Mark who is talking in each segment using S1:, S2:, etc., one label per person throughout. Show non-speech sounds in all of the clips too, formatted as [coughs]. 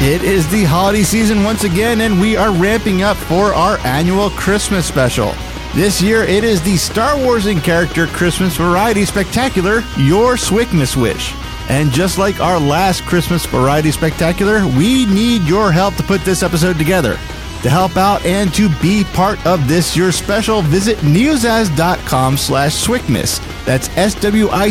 S1: It is the holiday season once again, and we are ramping up for our annual Christmas special. This year, it is the Star Wars in character Christmas variety spectacular, Your Swickness Wish. And just like our last Christmas variety spectacular, we need your help to put this episode together. To help out and to be part of this year's special, visit newsas.com slash swickness. That's S-W-I-C-M-A-S.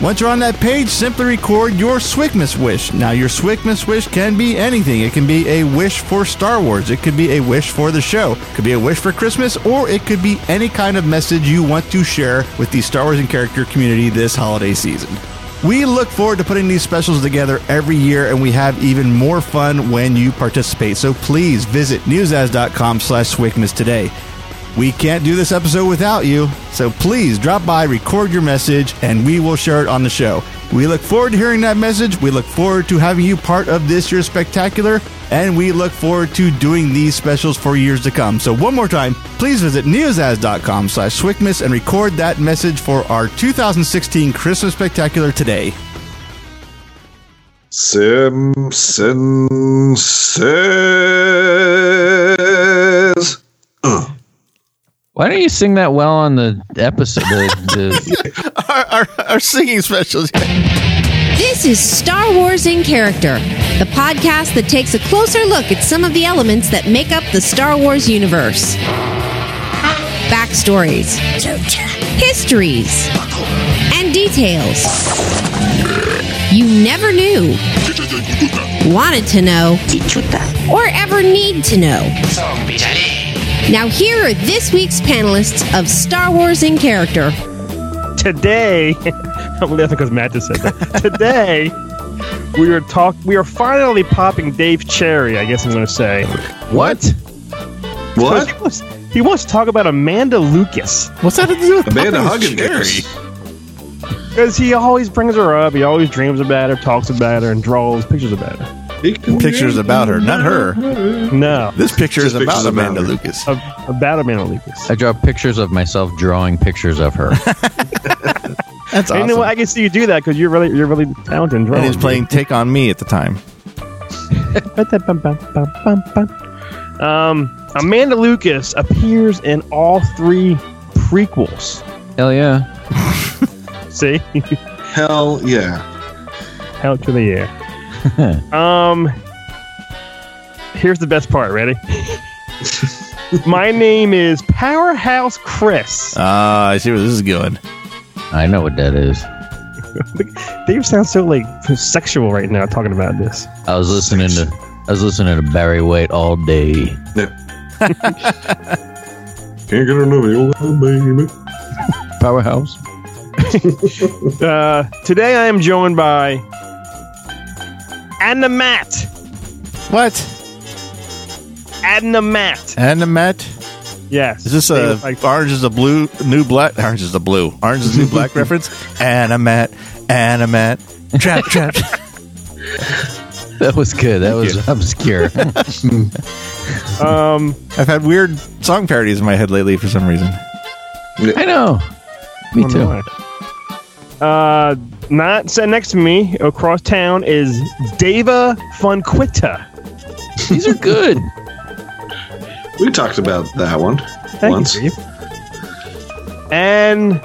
S1: Once you're on that page, simply record your Swickmas wish. Now, your Swickmas wish can be anything. It can be a wish for Star Wars. It could be a wish for the show. It could be a wish for Christmas, or it could be any kind of message you want to share with the Star Wars and character community this holiday season. We look forward to putting these specials together every year, and we have even more fun when you participate. So please visit newsaz.com slash Swickmas today. We can't do this episode without you, so please drop by, record your message, and we will share it on the show. We look forward to hearing that message. We look forward to having you part of this year's spectacular, and we look forward to doing these specials for years to come. So one more time, please visit neozaz.com slash Swickmas and record that message for our 2016 Christmas Spectacular today.
S2: Simpson says.
S3: Why don't you sing that well on the episode? The,
S1: Our, our, our singing specials.
S4: This is Star Wars in Character, the podcast that takes a closer look at some of the elements that make up the Star Wars universe. Backstories, histories, and details you never knew, wanted to know, or ever need to know. Now, here are this week's panelists of Star Wars in Character.
S5: today [laughs] I'm laughing because Matt just said that. today we are talk we are finally popping Dave Cherry, I guess I'm gonna say.
S3: the, what?
S2: [laughs]
S5: He wants, he wants to talk about Amanda Lucas.
S1: What's that to do with
S2: Amanda
S1: Huggins?
S2: Huggins. Yes.
S5: Because he always brings her up, he always dreams about her, talks about her, and draws pictures about her.
S1: Pictures about her, not her.
S5: No.
S1: This picture is
S2: Just pictures
S1: about
S2: about
S1: Amanda
S2: her.
S1: Lucas.
S5: a- About Amanda Lucas.
S3: I draw pictures of myself drawing pictures
S1: [laughs]
S3: of her.
S1: That's
S5: And you know what? I can see you do that because you're really you're really talented in drawing.
S1: And he's playing Take on Me at the time.
S5: Um, Amanda Lucas appears in all three prequels.
S3: Hell yeah.
S5: See? [laughs]
S2: Hell yeah.
S5: out to the
S1: [laughs]
S5: air. um, here's the best
S1: [laughs]
S5: part. Ready? My name is Powerhouse Chris.
S1: Ah, I see where this is going.
S3: I know what that is.
S5: Dave sounds so like sexual right now talking about this.
S3: I was listening to I was listening to Barry White all day.
S2: Can't get enough of your little baby.
S3: Powerhouse.
S5: Uh, today I am joined by Anna Matt.
S1: What?
S5: Anna Matt.
S1: And the Matt?
S5: Yes.
S1: Is this a
S5: Dave, like,
S1: orange is the blue new black? [laughs] Orange is the blue. Orange is the new [laughs] black reference. Animat, animat, trap, trap.
S3: That was good. That was
S1: [laughs]
S3: obscure.
S5: um?
S1: [laughs] I've had weird song parodies in my head lately for some reason.
S3: I know. Me
S5: don't
S3: too.
S5: know why. Uh, not sitting next to me across town is Dava Funquita.
S3: These are good.
S2: We talked about that one
S5: Thank
S2: once.
S5: you, Dave. And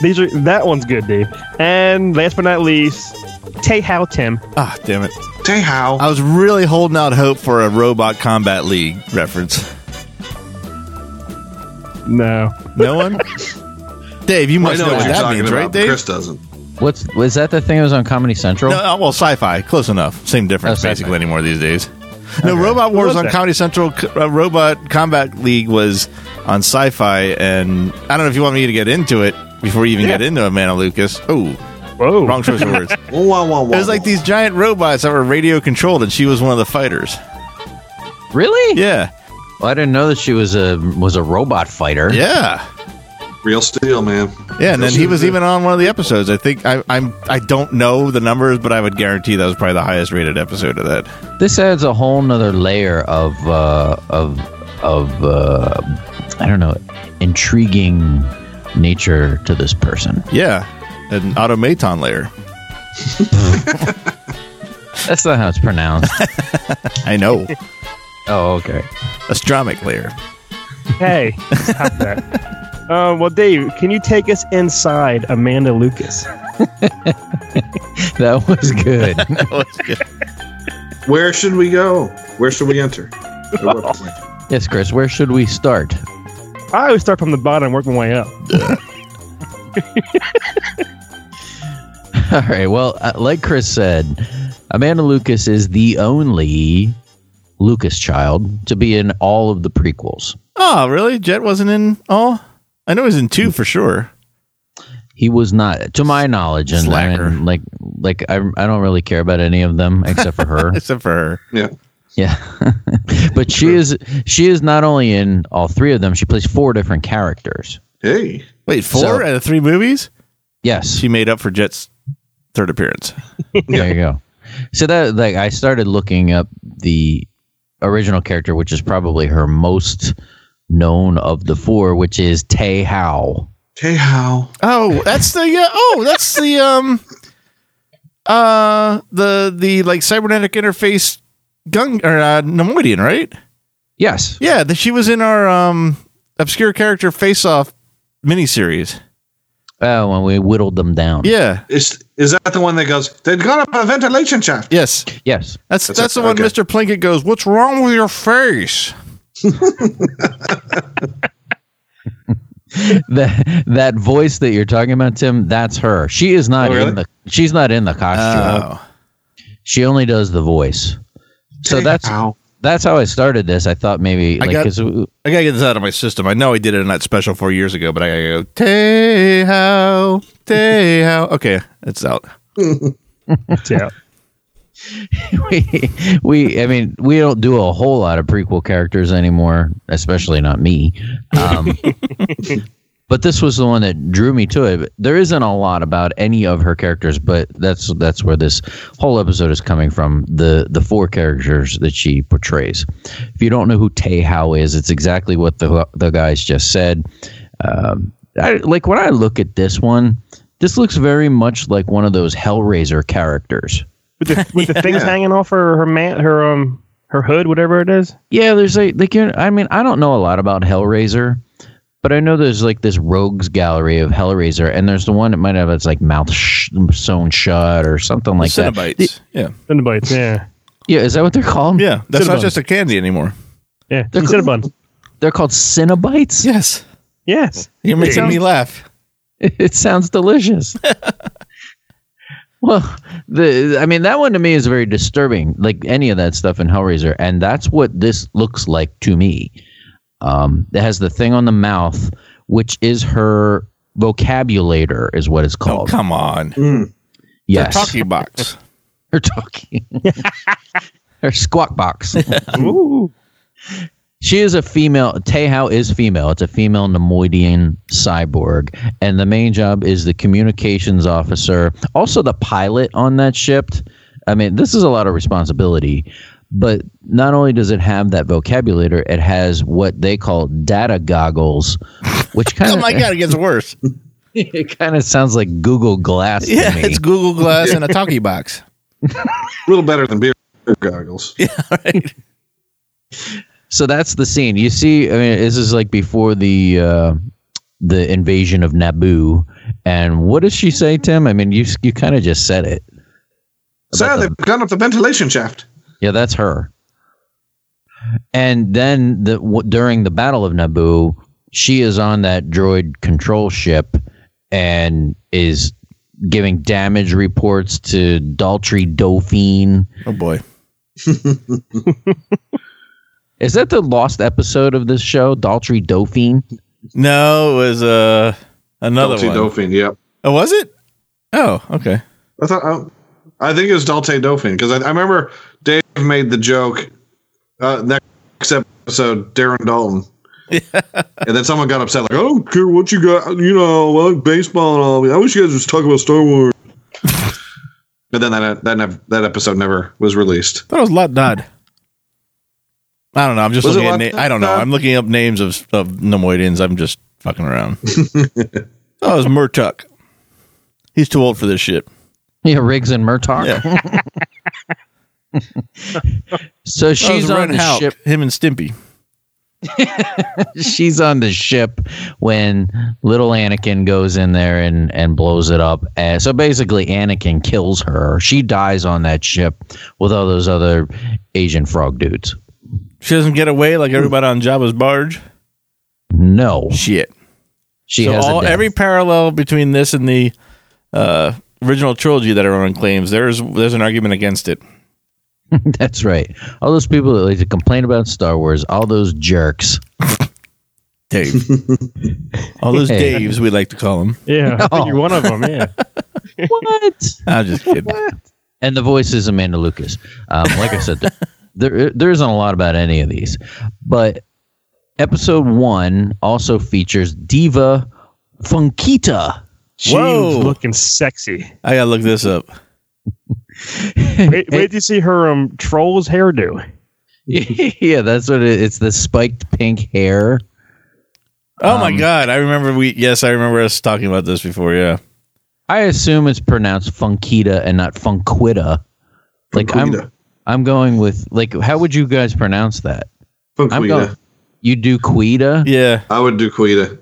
S5: these are that one's good, Dave. And last but not least, Tay How Tim.
S1: Ah, damn it!
S2: Say how.
S1: I was really holding out hope for a Robot Combat League reference.
S5: No.
S1: No
S2: [laughs]
S1: one. Dave, you must know, what
S2: you're
S1: that
S2: talking
S1: means,
S2: about.
S1: right, Dave?
S2: Chris doesn't.
S3: What's was that the thing that was on Comedy Central?
S1: No, uh, well, sci-fi, close enough. Same difference,
S3: Oh, sci-fi.
S1: basically, anymore these days. No, Robot Wars
S5: was
S1: on
S5: that?
S1: Comedy Central. c- Uh, Robot Combat League was on Sci-Fi, and I don't know if you want me to get into it before you even
S5: Yeah.
S1: get into Amanda Lucas. Oh, [laughs]
S5: Whoa.
S1: wrong choice of words. It
S2: Whoa, whoa, whoa, whoa.
S1: was like these giant robots that were radio controlled, and she was one of the fighters.
S3: Really?
S1: Yeah,
S3: Well, I didn't know that she was a was a robot fighter.
S1: yeah,
S2: Real steel, man.
S1: yeah. And then he was even on one of the episodes. I think I, I'm. I don't know the numbers, but I would guarantee that was probably the highest rated episode of that.
S3: This adds a whole nother layer of uh, of of uh, I don't know intriguing nature to this person.
S1: Yeah, an automaton layer.
S3: That's not how it's pronounced.
S1: I know.
S3: [laughs] oh, okay.
S1: Astronomic layer.
S5: Hey, stop that. Um, well, Dave, can you take us inside Amanda Lucas?
S3: That was good. [laughs]
S2: Where should we go? Where should we enter? At what point?
S3: yes, Chris. Where should we start? [laughs]
S5: I always start from the bottom and work my way up.
S3: All right. Well, uh, like Chris said, Amanda Lucas is the only Lucas child to be in all of the prequels.
S1: Oh, really? Jet wasn't in all? I know he's in two for sure. [laughs]
S3: He was not, to my knowledge, and,
S1: Slacker.
S3: and, like, like I, I don't really care about any of them except for [laughs] her.
S1: Except for her.
S2: Yeah.
S3: yeah, [laughs] but she is she is not only in all three of them. She plays four different characters.
S2: Hey.
S1: Wait, four
S3: So-
S1: out of three movies?
S3: Yes,
S1: She made up for Jet's third appearance.
S3: there you go. So that like I started looking up the original character, which is probably her most known of the four, which is Tay Howe.
S2: Hey, how?
S1: Oh, that's the uh, oh, that's the um uh the the like cybernetic interface gun or uh, Nemoidian, right?
S3: Yes.
S1: Yeah, that she was in our um obscure character face off miniseries.
S3: Oh, and we whittled them down.
S1: Yeah.
S2: Is is that the one that goes? They've gone up a ventilation shaft.
S1: Yes.
S3: Yes.
S1: That's that's,
S2: That's
S1: the
S2: it,
S1: one
S2: okay.
S1: Mr. Plinkett goes, What's wrong with your face?
S3: that that voice that you're talking about, Tim, that's her. She is not
S2: Oh, really?
S3: in the she's not in the
S1: Uh,
S3: costume.
S1: Oh.
S3: she only does the voice. So
S2: Hey,
S3: that's
S2: how?
S3: that's how I started this. I thought maybe like
S1: got-
S3: 'cause w-
S1: I gotta get this out of my system. I know I did it in that special four years ago, but I gotta go, Tay how, Tay [laughs] how. Okay, it's out.
S5: Yeah.
S3: we, [laughs] we I mean we don't do a whole lot of prequel characters anymore, especially not me. Um, but this was the one that drew me to it. There isn't a lot about any of her characters, but that's that's where this whole episode is coming from the the four characters that she portrays. If you don't know who Tay How is, it's exactly what the the guys just said. Um, I, like when I look at this one, this looks very much like one of those Hellraiser characters.
S5: With the,
S1: [laughs]
S5: with the things hanging off her her man her um her hood whatever it is.
S3: Yeah, there's like they can. I mean, I don't know a lot about Hellraiser, but I know there's like this rogues gallery of Hellraiser, and there's the one that might have its like mouth sh- sewn shut or something like that.
S1: Cenobites.
S3: The-
S1: yeah.
S5: Cinnabon bites. Yeah.
S3: yeah, is that what they're called?
S1: Yeah. That's not
S5: Cinnabons.
S1: just a candy anymore.
S5: Yeah.
S3: They're
S5: Cinnabon.
S3: they're called Cinnabites.
S1: Yes.
S5: Yes.
S1: You're making me laugh.
S3: [laughs] it
S1: [laughs]
S3: sounds delicious. well, the I mean that one to me is very disturbing, like any of that stuff in Hellraiser, and that's what this looks like to me. Um, it has the thing on the mouth, which is her vocabulator, is what it's
S1: Oh,
S3: called.
S1: come on.
S3: yes,
S1: Her talkie [laughs] box.
S3: [laughs]
S1: [laughs]
S3: her talking, her squawk box.
S5: Ooh.
S3: She is a female. Tehao is female. It's a female Nemoidian cyborg, and the main job is the communications officer, also the pilot on that ship. I mean, this is a lot of responsibility. But not only does it have that vocabulator, it has what they call data goggles, which
S1: [laughs]
S3: kind
S1: Oh
S3: of
S1: my god, it gets worse.
S3: [laughs] it kind of sounds like Google Glass
S1: Yeah,
S3: to
S1: [laughs]
S3: me.
S1: it's Google Glass and a talkie box.
S2: A little better than beer goggles.
S3: so that's the scene. You see, I mean, this is like before the uh, the invasion of Naboo. And what does she say, Tim? I mean, you you kind of just said it.
S2: Sir, they've gone up the ventilation shaft.
S3: Yeah, that's her. And then the w- during the Battle of Naboo, she is on that droid control ship and is giving damage reports to Daltrey Dauphine.
S1: Oh boy.
S3: Is that the lost episode of this show, Daltrey Dauphine?
S1: No, it was uh another
S2: Dalte
S1: one.
S2: Dauphine, yep.
S1: Oh, was it? Oh, okay.
S2: I thought I, I think it was Dalte Dauphine because I, I remember Dave made the joke uh, next episode Darren
S3: [laughs]
S2: Dalton, and then someone got upset like, "I don't care what you got, you know, I like baseball and all. I wish you guys just talk about Star
S3: [laughs]
S2: Wars." but then that that nev- that episode never was released.
S1: thought it was Lot Dodd. I don't know. I'm just
S2: Was it
S1: looking at
S2: Lot
S1: na- I don't know.
S2: Dodd?
S1: I'm looking up names of, of Nemoidians. I'm just fucking around. oh, it was Murtuk. He's too old for this shit.
S3: Yeah, Riggs and Murtaugh.
S1: Yeah.
S3: [laughs] So
S1: Oh,
S3: she's on the
S1: Houck,
S3: ship.
S1: Him and Stimpy.
S3: She's on the ship when little Anakin goes in there and and blows it up. And so basically, Anakin kills her. She dies on that ship with all those other Asian frog dudes.
S1: She doesn't get away like everybody on Jabba's barge.
S3: No,
S1: Shit.
S3: she
S1: so
S3: has a
S1: all,
S3: death.
S1: every parallel between this and the uh, original trilogy that everyone claims there's there's an argument against it.
S3: [laughs] That's right. All those people that like to complain about Star Wars, all those jerks.
S1: Dave. [laughs] all those
S3: Yeah.
S1: Daves we like to call them.
S5: Yeah, I think you're one of
S1: [laughs]
S5: them. Yeah,
S3: What?
S1: I'm just kidding.
S3: and the voice is Amanda Lucas. Um, like I said, there there isn't a lot about any of these, but episode one also features diva Funkita.
S5: she was
S1: Whoa.
S5: looking sexy.
S1: I gotta look this up.
S5: Wait, wait to see her um troll's [laughs] hairdo.
S3: yeah, that's what it, it's. The spiked pink hair.
S1: Oh my god! I remember we. Yes, I remember us talking about this before. Yeah.
S3: I assume it's pronounced Funkita and not Funquita. Like I'm,
S2: Funquita.
S3: I'm going with like. How would you guys pronounce that?
S2: Fuck
S3: I'm
S2: Quita.
S3: going. You do Quita.
S1: Yeah.
S2: I would do Quita.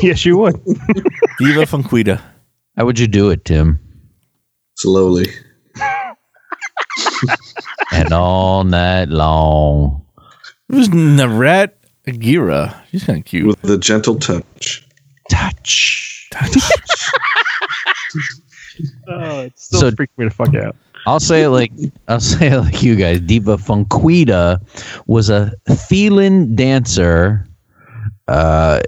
S5: yes, you would.
S1: Diva Funquita.
S3: How would you do it, Tim?
S2: Slowly.
S3: and all night long.
S1: It was Narat Agira. She's kind of cute.
S2: With a gentle touch.
S3: Touch.
S5: Oh, it
S3: still
S5: still
S3: So-
S5: freaked me the fuck out.
S3: I'll say it like I'll say it like you guys. Diva Funquita was a Thielen dancer. Uh,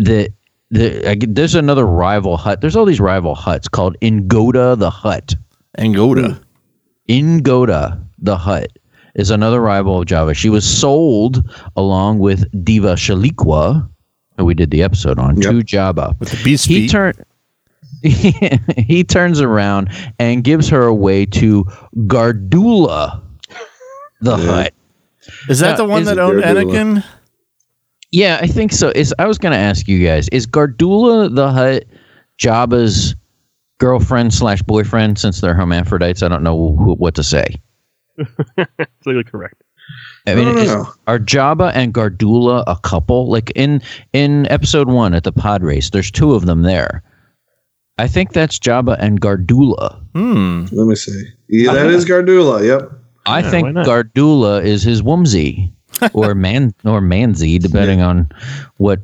S3: that the, I g there's another rival hut. There's all these rival huts called Ingoda the Hut.
S1: Angoda.
S3: Ingoda the Hut is another rival of Java. She was sold along with Diva Shaliqua, who we did the episode on,
S2: Yep.
S3: to Jabba.
S1: With the beast
S3: he
S1: feet.
S3: turn [laughs] he turns around and gives her away to Gardula the hut.
S1: Is that the one
S3: is
S1: that
S2: it
S1: owned
S2: Gardula?
S1: Anakin?
S3: Yeah, I think so. Is I was gonna ask you guys, is Gardula the Hut Jabba's girlfriend slash boyfriend since they're hermaphrodites? I don't know wh- what to say.
S5: It's legally correct.
S3: I mean,
S2: No, no,
S3: is-
S2: no.
S3: are Jabba and Gardula a couple? Like in in episode one at the pod race, there's two of them there. I think that's Jabba and Gardula.
S1: Hmm.
S2: Let me see. Yeah, that is Gardula. Yep.
S3: I
S5: Yeah,
S3: think
S5: why not?
S3: Gardula is his Wumsy or man or Manzy, depending on what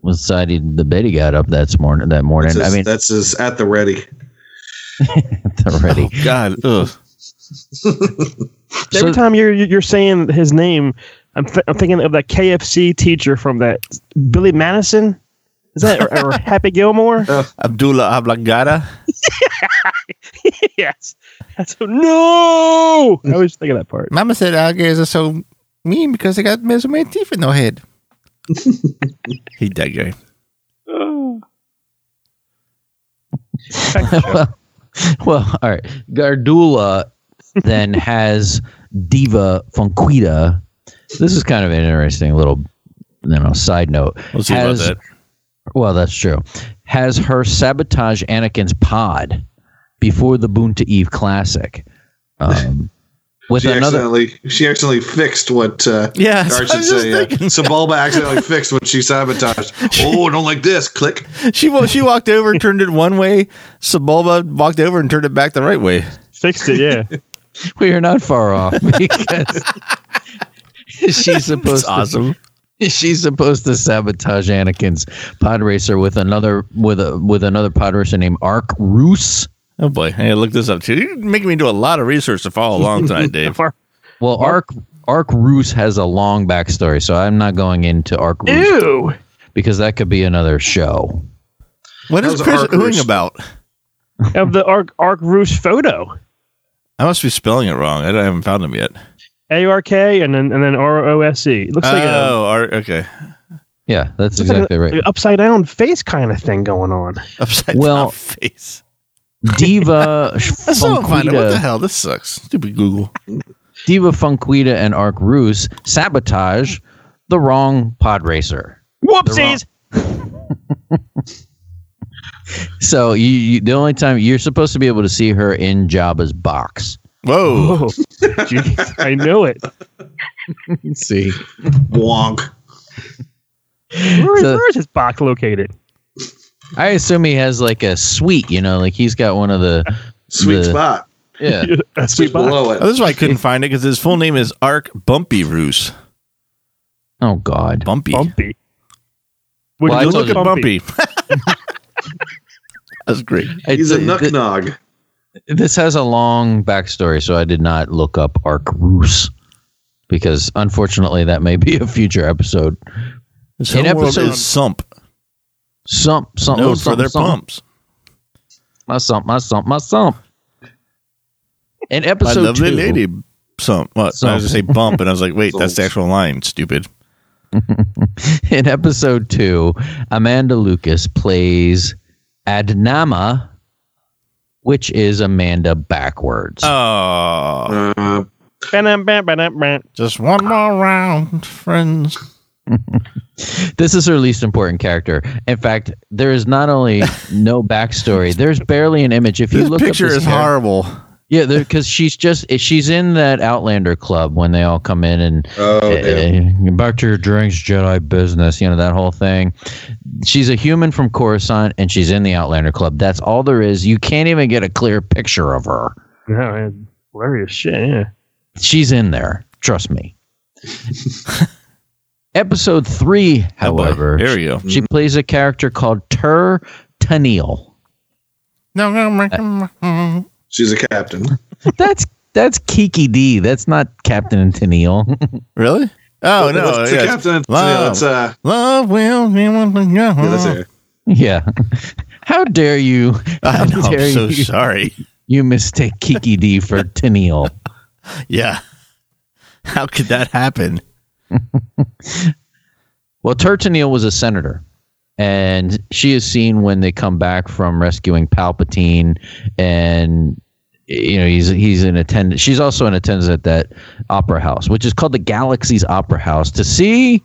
S3: what side he, the Betty got up that morning. That morning,
S2: That's
S3: I
S2: his-
S3: mean,
S2: that's his at the ready.
S3: [laughs] already.
S1: God. Ugh.
S3: So-
S5: Every time you're you're saying his name, I'm, th- I'm thinking of that KFC teacher from that Billy Madison. Is that
S3: [laughs]
S5: or, or Happy Gilmore?
S3: Oh.
S1: Abdullah Ablagada.
S5: [laughs] yes. That's no. I always think of that part.
S1: Mama said alligators are so mean because they got so many teeth in their head. he that guy.
S5: Oh.
S3: well, well, all right. Gardula then has Diva Fonquita. This is kind of an interesting little, you know, side note.
S1: We'll see
S3: Has-
S1: about that.
S3: Well, that's true. Has her sabotage Anakin's pod before the Boon to Eve Classic. Um, with
S2: She
S3: another
S2: accidentally she accidentally fixed what uh
S1: [laughs] Yeah,
S2: or I
S1: so I
S2: should
S1: was just
S2: say yeah.
S1: thinking
S2: So Bulba accidentally fixed what she
S1: [laughs]
S2: sabotaged. Oh, I don't like this. Click.
S1: She wa- she walked over and turned it one way. Sebulba walked over and turned it back the right way.
S5: Fixed it.
S3: [laughs]
S5: Yeah.
S3: we are not far off because [laughs] she's
S1: That's
S3: supposed
S1: awesome.
S3: to, [laughs] she's supposed to sabotage Anakin's pod racer with another with a with another pod racer named Ark Roos.
S1: Oh boy, I gotta look this up too. You're making me do a lot of research to follow along tonight, Dave.
S3: Well, Ark Ark Roos has a long backstory, so I'm not going into Ark Roos
S5: Ew.
S3: because that could be another show.
S1: [laughs] What
S2: That
S1: is
S2: was
S1: Chris
S2: Arcus.
S1: ooing about?
S5: Of the Ark Ark Roos photo.
S1: I must be spelling it wrong. I, don't- I haven't found him yet.
S5: A R K and then and then R O S E. It Looks like a
S1: oh, Ar- okay. [laughs]
S3: Yeah, that's
S5: It's like
S3: exactly
S5: a-
S3: right.
S5: a upside down face kind of thing going on.
S1: Upside
S3: Well-
S1: down face.
S3: Diva
S1: I still don't find it. What the
S3: Funquita,
S1: hell? This sucks. Stupid Google.
S3: Diva Funquita, and Ark Roos sabotage the wrong pod racer.
S5: Whoopsies!
S3: So you, you the only time you're supposed to be able to see her in Jabba's box.
S1: Whoa.
S5: Oh, jeez, I knew it.
S3: Let's see.
S2: Wonk.
S5: Where,
S3: So-
S5: where is his box located?
S3: I assume he has like a suite, you know, like he's got one of the
S2: Sweet
S3: the-
S2: spot.
S3: Yeah.
S5: [laughs] A
S2: Sweet
S5: sweet box.
S2: below
S1: Oh, [laughs]
S2: it.
S1: this is why I couldn't find it because his full name is Ark Bumpy Roos.
S3: Oh God.
S1: Bumpy.
S5: Bumpy. Would
S3: Well, I
S1: You
S3: told
S1: look at
S3: you.
S1: Bumpy. [laughs] That's great.
S3: I-
S2: He's a
S3: th-
S2: knuck
S3: th-
S2: nog.
S3: This has a long backstory, so I did not look up Ark Roos because unfortunately that may be a future episode.
S1: His
S3: In
S1: home world
S3: episode- Oh,
S1: is Sump,
S3: Some some
S1: known for their
S3: some,
S1: pumps.
S3: My sump, my sump, my sump. In
S1: My
S3: episode
S1: lovely
S3: two,
S1: lady Sump. What? I
S3: Sump.
S1: was going to say bump, and I was like, wait, that's the actual line, stupid.
S3: [laughs] in episode two, Amanda Lucas plays Adnama, which is Amanda backwards.
S1: Oh.
S2: Uh,
S5: Ba-dum, ba- ba-dum, ba.
S1: Just one more round, friends.
S3: This is her least important character. In fact, there is
S1: [laughs]
S3: not only no backstory, there's barely an image. If you
S1: This
S3: look
S1: picture
S3: up this
S1: is
S3: character-
S1: horrible.
S3: Yeah, because she's just she's in that Outlander club when they all come in and
S2: oh, damn.
S3: uh, back to your drinks, Jedi business. You know that whole thing. She's a human from Coruscant, and she's in the Outlander club. That's all there is. You can't even get a clear picture of her.
S5: No, man, hilarious
S3: [laughs]
S5: shit. Yeah.
S3: She's in there. Trust me. [laughs] Episode three,
S1: Oh, boy.
S3: however,
S1: There you go.
S3: she plays a character called Tur Tanil. Uh,
S2: She's a captain.
S3: That's that's Kiki D. That's not Captain Tennille. [laughs]
S1: Really? Oh,
S2: That's
S1: no.
S2: the
S1: yeah, it's-
S2: captain.
S1: Wow.
S2: Yeah, that's, uh,
S1: Love will be one thing-
S2: yeah, that's it.
S3: yeah. How dare you? How
S1: I know,
S3: dare
S1: I'm so
S3: you,
S1: sorry.
S3: you mistake Kiki D for Tennille.
S1: Yeah. How could that happen?
S3: Well, Tertanil was a senator, and she is seen when they come back from rescuing Palpatine, and you know he's he's in attendance. She's also in attendance at that opera house, which is called the Galaxy's Opera House, to see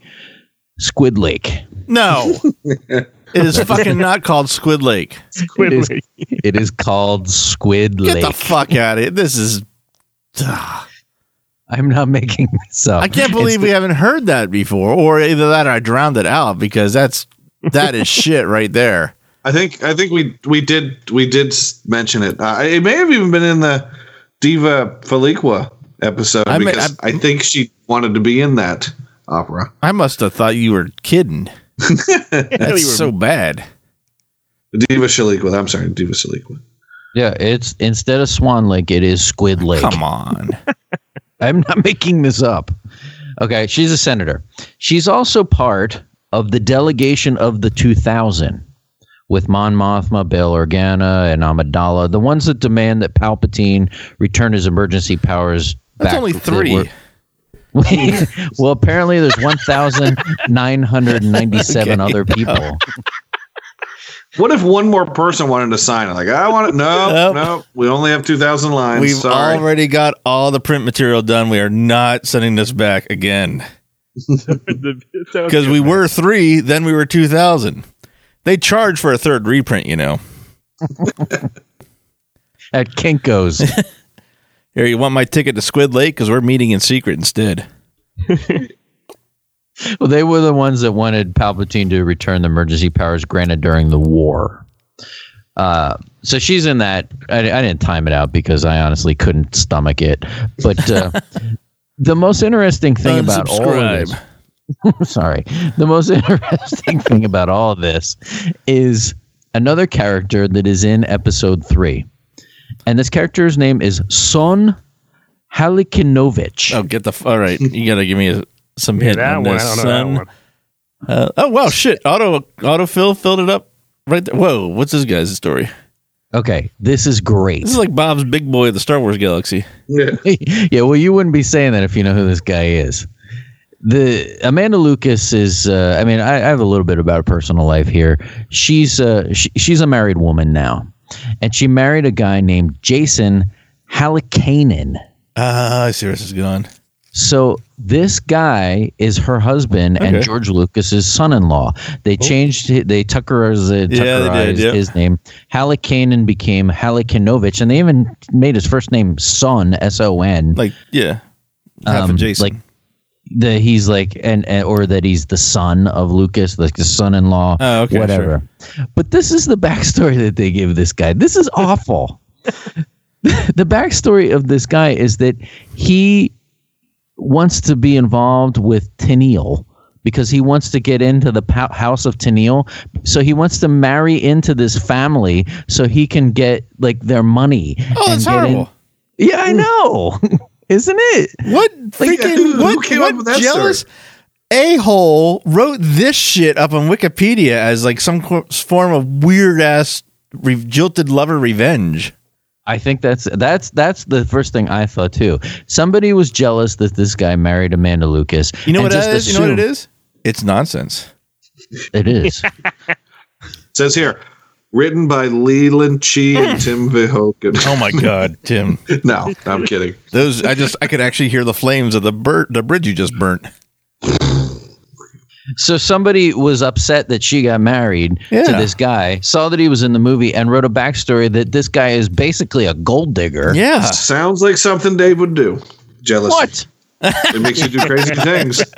S3: Squid Lake. [laughs]
S1: No. it is fucking not called Squid Lake.
S5: Squid
S3: is-
S5: [laughs] Lake.
S3: It is called Squid
S1: Get
S3: Lake.
S1: the fuck out of it. This is.
S3: I'm not making this up.
S1: I can't
S3: It's
S1: believe
S3: the-
S1: we haven't heard that before, or either that or I drowned it out because that's that is shit right there.
S2: I think I think we we did we did s- mention it. Uh, it may have even been in the Diva Feliqua episode
S1: I may-
S2: because I, think she wanted to be in that opera.
S1: I must have thought you were
S5: [laughs]
S1: kidding. That's so bad.
S2: Diva Shaliqua. I'm sorry, Diva Shaliqua.
S3: Yeah, it's instead of Swan Lake, it is Squid Lake.
S1: Come
S5: [laughs]
S1: on.
S3: I'm not [laughs] making this up. Okay, she's a senator. She's also part of the delegation of the 2000 with Mon Mothma, Bail Organa, and Amidala, the ones that demand that Palpatine return his emergency powers
S1: That's
S3: back.
S1: only
S3: that
S1: three.
S3: were- [laughs] well, apparently there's
S1: [laughs]
S3: 1,997 other people.
S2: What if one more person wanted to sign it? Like I want it. No,
S1: [laughs] Nope.
S2: no. We only have two thousand lines.
S1: We've
S2: sorry.
S1: already got all the print material done. We are not sending this back again.
S3: [laughs]
S5: Oh,
S1: because we were three, then we were two thousand. They charge for a third reprint, you know.
S3: At Kinko's.
S1: Here, you want my ticket to Squid Lake? Because we're meeting in secret instead.
S3: Well, they were the ones that wanted Palpatine to return the emergency powers granted during the war. Uh, so she's in that. I, I didn't time it out because I honestly couldn't stomach it. But
S1: [laughs]
S3: uh, the most interesting thing about all of
S1: Unsubscribe.
S3: this, [laughs] sorry, the most [laughs] interesting thing about all of this is another character that is in episode three, and this character's name is Son Halikinovich.
S1: Oh, get the f- all right. You gotta give me a, some
S5: Yeah,
S1: hint
S5: that
S1: on
S5: one. I
S1: this.
S5: don't know
S1: son.
S5: that one.
S1: Uh, oh wow, shit! Auto autofill filled it up right there. Whoa, what's this guy's story?
S3: Okay, this is great.
S1: This is like Bob's big boy of the Star Wars galaxy.
S2: [laughs] Yeah.
S3: [laughs] yeah, well, you wouldn't be saying that if you know who this guy is. The Amanda Lucas is. Uh, I mean, I, I have a little bit about her personal life here. She's uh, she, she's a married woman now, and she married a guy named Jason Halikanen.
S1: Ah, I see where this is going.
S3: So this guy is her husband
S1: Okay. Oh.
S3: and George Lucas's son-in-law. They changed hi- they Tuckerized, uh,
S1: Yeah, they
S3: Tuckerized
S1: did, yeah.
S3: his name. Halleck Kanan became Halleck Kinovich, and they even made his first name Son S O N.
S1: Like yeah, half
S3: Um,
S1: of Jason.
S3: like that he's like and, and or that he's the son of Lucas, like the son-in-law,
S1: Oh, okay,
S3: whatever. But this is the backstory that they give this guy. This is awful. [laughs] the backstory of this guy is that he wants to be involved with Tennille because he wants to get into the pow- house of Tennille. So he wants to marry into this family so he can get like their money.
S1: oh,
S3: and
S1: that's
S3: get in-
S1: horrible.
S3: Yeah, I know. [laughs] Isn't it?
S1: What freaking
S2: who
S1: what,
S2: came
S1: what
S2: up with that
S1: jealous a hole wrote this shit up on Wikipedia as like some co- form of weird ass re- jilted lover revenge.
S3: I think that's that's that's the first thing I thought too. Somebody was jealous that this guy married Amanda Lucas.
S1: You know
S3: and
S1: what that is?
S3: just
S1: You know what it
S3: assumed-
S1: is? It's nonsense. [laughs]
S3: It is.
S2: says here, written by Leland Chi
S1: [laughs]
S2: and Tim Verhoeven.
S1: Oh my [laughs] god, Tim.
S2: [laughs] no,
S1: [laughs]
S2: I'm kidding.
S1: Those I just I could actually hear the flames of the bur- the bridge you just burnt.
S3: so somebody was upset that she got married to
S1: Yeah.
S3: this guy, saw that he was in the movie, and wrote a backstory that this guy is basically a gold digger.
S1: Yeah.
S2: Sounds like something Dave would do. Jealousy.
S3: What?
S2: It makes you do
S1: [laughs]
S2: crazy things.
S1: [laughs]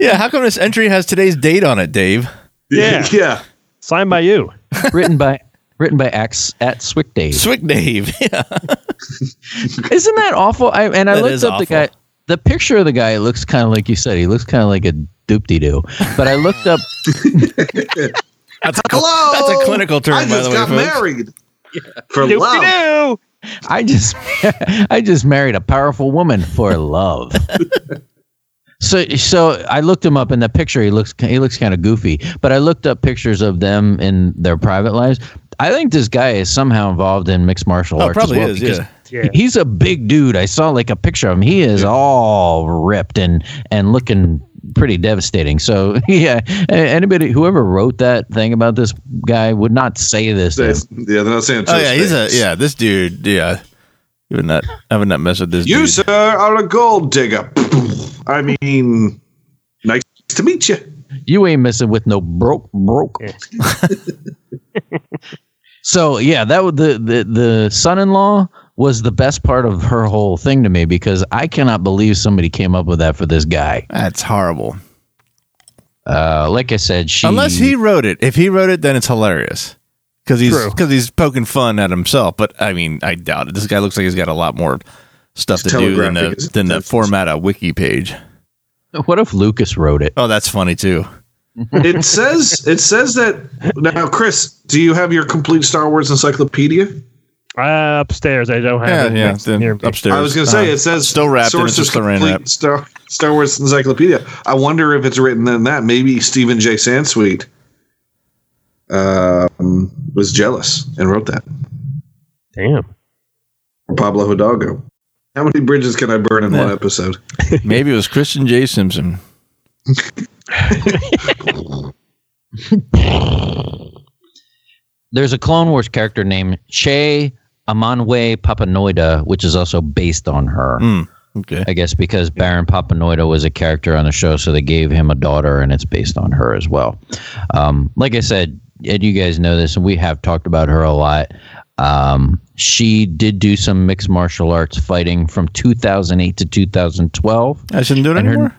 S1: Yeah, how come this entry has today's date on it, Dave?
S5: Yeah.
S2: [laughs] yeah.
S5: Signed by you.
S3: written by written by Ax at Swick Dave.
S1: Swick Dave. [laughs] Yeah.
S3: Isn't that awful? I, and I
S1: That
S3: looked
S1: is
S3: up the
S1: awful.
S3: guy. The picture of the guy looks kind of like you said. He looks kind of like a doop de doo. But I looked up.
S1: That's a, cl-
S2: Hello.
S1: That's a clinical term,
S2: I
S1: by
S2: just
S1: the way,
S2: got
S1: folks.
S2: married for love.
S5: Doop-de-doo.
S3: I just [laughs] I just married a powerful woman
S1: [laughs]
S3: for love. so so I looked him up in the picture. He looks he looks kind of goofy, but I looked up pictures of them in their private lives. I think this guy is somehow involved in mixed martial
S1: Oh,
S3: arts. as
S1: probably
S3: well,
S1: is,
S3: because
S1: yeah.
S5: Yeah.
S3: He's a big dude. I saw like a picture of him. He is all ripped and and looking pretty devastating. So [laughs] yeah, a- anybody whoever wrote that thing about this guy would not say this. to
S2: They-
S3: him.
S2: yeah, they're not saying. it to
S1: Oh
S2: his
S1: yeah, he's a
S2: face.
S1: yeah. This dude, yeah. You would not. I would not mess with this.
S2: You
S1: dude.
S2: sir are a gold digger. [laughs] I mean, nice to meet you.
S3: You ain't messing with no broke broke. [laughs] so yeah, that was the the the son-in-law was the best part of her whole thing to me because I cannot believe somebody came up with that for this guy.
S1: That's horrible.
S3: Uh, like I said, she
S1: Unless he wrote it. If he wrote it, then it's hilarious. Because he's
S5: True.
S1: because he's poking fun at himself. But I mean, I doubt it. This guy looks like he's got a lot more stuff to do than
S2: telegraphing
S1: the,
S2: his
S1: than the
S2: intentions.
S1: format a wiki page.
S3: What if Lucas wrote it?
S1: Oh, that's funny too. [laughs]
S2: It says it says that now, Chris. Do you have your complete Star Wars encyclopedia?
S5: Uh, upstairs, I don't have it next-
S1: then
S5: near me.
S1: upstairs.
S2: I was going to say
S1: Uh-huh.
S2: it says
S1: still wrapped and it's
S2: sources
S1: just a Saran
S2: complete
S1: wrap.
S2: Star, Star Wars encyclopedia. I wonder if it's written in that. Maybe Stephen J. Sansweet um, was jealous and wrote that.
S5: Damn.
S2: Or Pablo Hidalgo. How many bridges can I burn in one
S1: Yeah.
S2: episode?
S1: Maybe it was Christian J. Simpson.
S3: There's a Clone Wars character named Che Amanwe Papanoida, which is also based on
S1: Hmm.
S3: her.
S1: Okay.
S3: I guess because Baron Papanoida was a character on the show, so they gave him a daughter, and it's based on her as well. Um, like I said, and you guys know this, and we have talked about her a lot. Um, she did do some mixed martial arts fighting from 2008 to 2012.
S1: I shouldn't do it
S3: And her-
S1: anymore.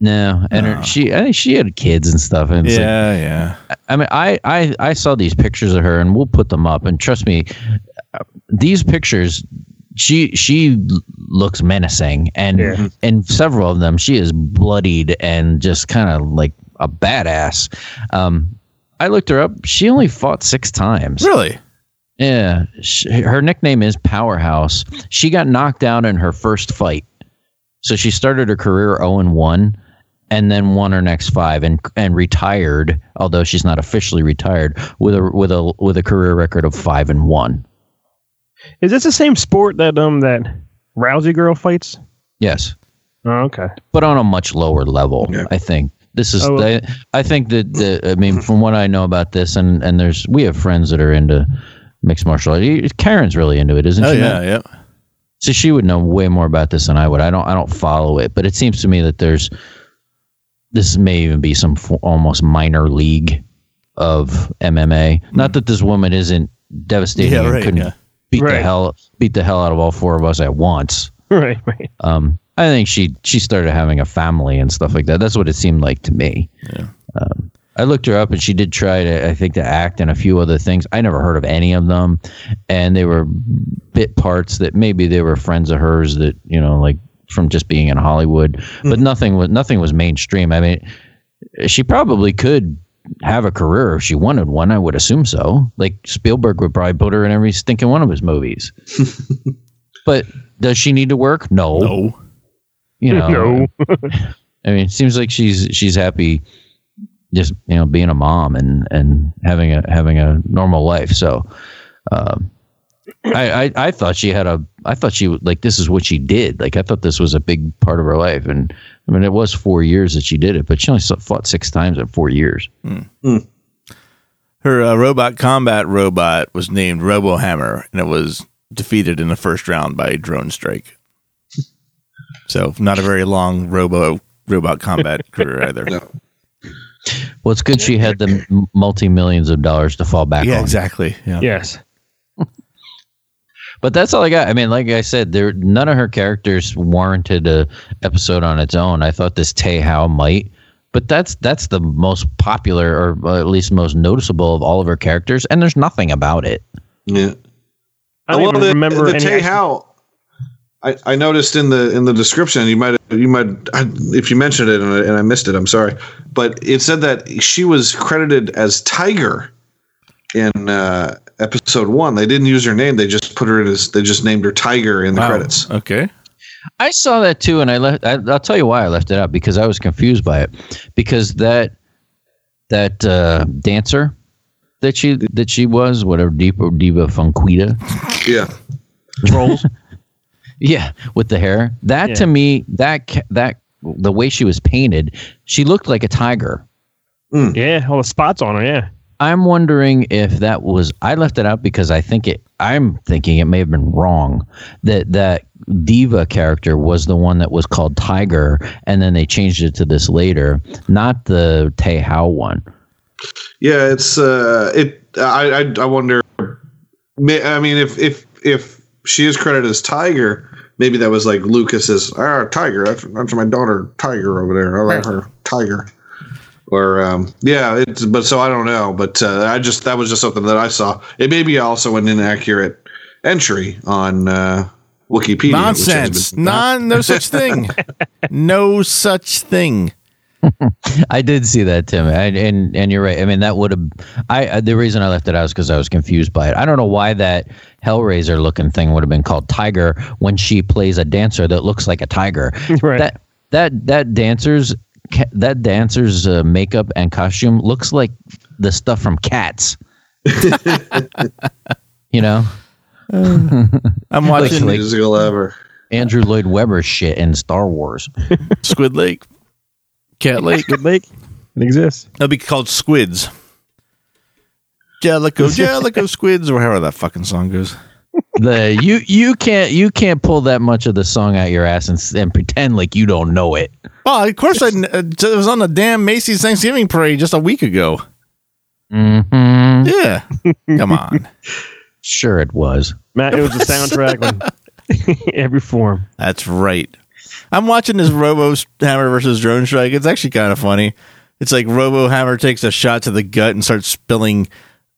S3: No, and her, she I think she had kids and stuff. And it's like,
S1: Yeah, yeah.
S3: I mean, I, I I saw these pictures of her, and we'll put them up. And trust me, uh, these pictures, she she l- looks menacing, and
S5: Yeah.
S3: and several of them, she is bloodied and just kind of like a badass. Um, I looked her up. She only fought six times.
S1: Really?
S3: Yeah, sh her nickname is Powerhouse. She got knocked out in her first fight, so she started her career zero and one, and then won her next five and and retired. Although she's not officially retired, with a with a with a career record of five and one.
S5: Is this the same sport that um that Rousey girl fights?
S3: Yes,
S5: Oh, okay. [laughs]
S3: but on a much lower level, I think. This is,
S5: Oh, well.
S3: I, I think that the, I mean, from what I know about this, and and there's, we have friends that are into mixed martial arts. Karen's really into it, isn't
S1: Oh
S3: she?
S1: yeah,
S3: Matt?
S1: yeah.
S3: So she would know way more about this than I would. I don't. I don't follow it, but it seems to me that there's. This may even be some fo- almost minor league of MMA. Not that this woman isn't devastating.
S1: Hmm. Yeah,
S3: and
S1: right,
S3: couldn't
S1: yeah.
S3: beat the
S5: Right.
S3: hell beat the hell out of all four of us at once.
S5: Right, right.
S3: Um, I think she she started having a family and stuff like that. That's what it seemed like to me. Um, I looked her up and she did try to I think to act and a few other things. I never heard of any of them, and they were bit parts that maybe they were friends of hers that you know like from just being in Hollywood, but nothing was nothing was mainstream. I mean, she probably could have a career if she wanted one. I would assume so. Like Spielberg would probably put her in every stinking one of his movies. but does she need to work? No.
S1: No.
S3: You know.
S5: No.
S3: I mean, it seems like she's she's happy just you know being a mom and and having a having a normal life. So. Um, I, I, I thought she had a I thought she like this is what she did like I thought this was a big part of her life and I mean it was four years that she did it but she only fought six times in four years
S1: Her uh, robot combat robot was named RoboHammer, and it was defeated in the first round by drone strike. So not a very long robo robot combat career either.
S2: No.
S3: Well, it's good she had the m- multi millions of dollars to fall back
S1: Yeah,
S3: on.
S1: exactly. Yeah.
S5: Yes.
S3: But that's all I got. I mean, like I said, there none of her characters warranted a episode on its own. I thought this Tay How might, but that's that's the most popular or uh, at least most noticeable of all of her characters, and there's nothing about it.
S2: Yeah.
S5: I don't even
S2: the,
S5: remember
S2: the
S5: any.
S2: Tay
S5: action-
S2: How. I, I noticed in the in the description you might you might if you mentioned it and I, and I missed it I'm sorry but it said that she was credited as Tiger in uh, episode one they didn't use her name they just put her in as they just named her Tiger in the
S1: Wow.
S2: credits
S1: Okay.
S3: I saw that too, and I left. I, I'll tell you why I left it out because I was confused by it. Because that that uh, dancer that she that she was whatever Diva Diva Funquita.
S2: yeah
S3: trolls. yeah, with the hair. That
S5: Yeah.
S3: to me, that ca- that the way she was painted, she looked like a tiger.
S5: Yeah, all the spots on her. Yeah.
S3: I'm wondering if that was I left it out because I think it I'm thinking it may have been wrong that that diva character was the one that was called Tiger and then they changed it to this later, not the Tay How one.
S2: Yeah, it's uh, it. I I, I wonder. may- I mean, if if if she is credited as Tiger, maybe that was like Lucas as ah Tiger. That's, that's my daughter Tiger over there. I like her Tiger. Or um, yeah, it's but so I don't know, but uh, I just that was just something that I saw. It may be also an inaccurate entry on uh, Wikipedia. which
S1: Nonsense.
S2: has been-
S1: Non. No such
S2: [laughs]
S1: thing. no such thing.
S3: I did see that, Tim, and and, and you're right. I mean, that would have. I uh, the reason I left it out is because I was confused by it. I don't know why that Hellraiser looking thing would have been called Tiger when she plays a dancer that looks like a tiger.
S5: Right.
S3: That that that dancer's ca- that dancer's uh, makeup and costume looks like the stuff from Cats. you know,
S1: I'm watching
S3: like-
S2: musical ever.
S3: Andrew Lloyd Webber shit in Star Wars.
S1: Squid Lake. Cat Lake.
S5: Good lake. It [laughs] exists.
S1: It'll be called Squids.
S2: [laughs]
S1: Jellico, Jellico Squids, or however that fucking song goes.
S3: the you you can't you can't pull that much of the song out your ass and, s- and pretend like you don't know it.
S1: Oh, of course I. kn- uh, It was on the damn Macy's Thanksgiving parade just a week ago.
S3: hmm
S1: Yeah, come on.
S3: Sure, it was.
S5: Matt, it was [laughs] the soundtrack on [laughs] every form.
S1: That's right. I'm watching this Robo Hammer versus Drone Strike. It's actually kind of funny. It's like Robo Hammer takes a shot to the gut and starts spilling,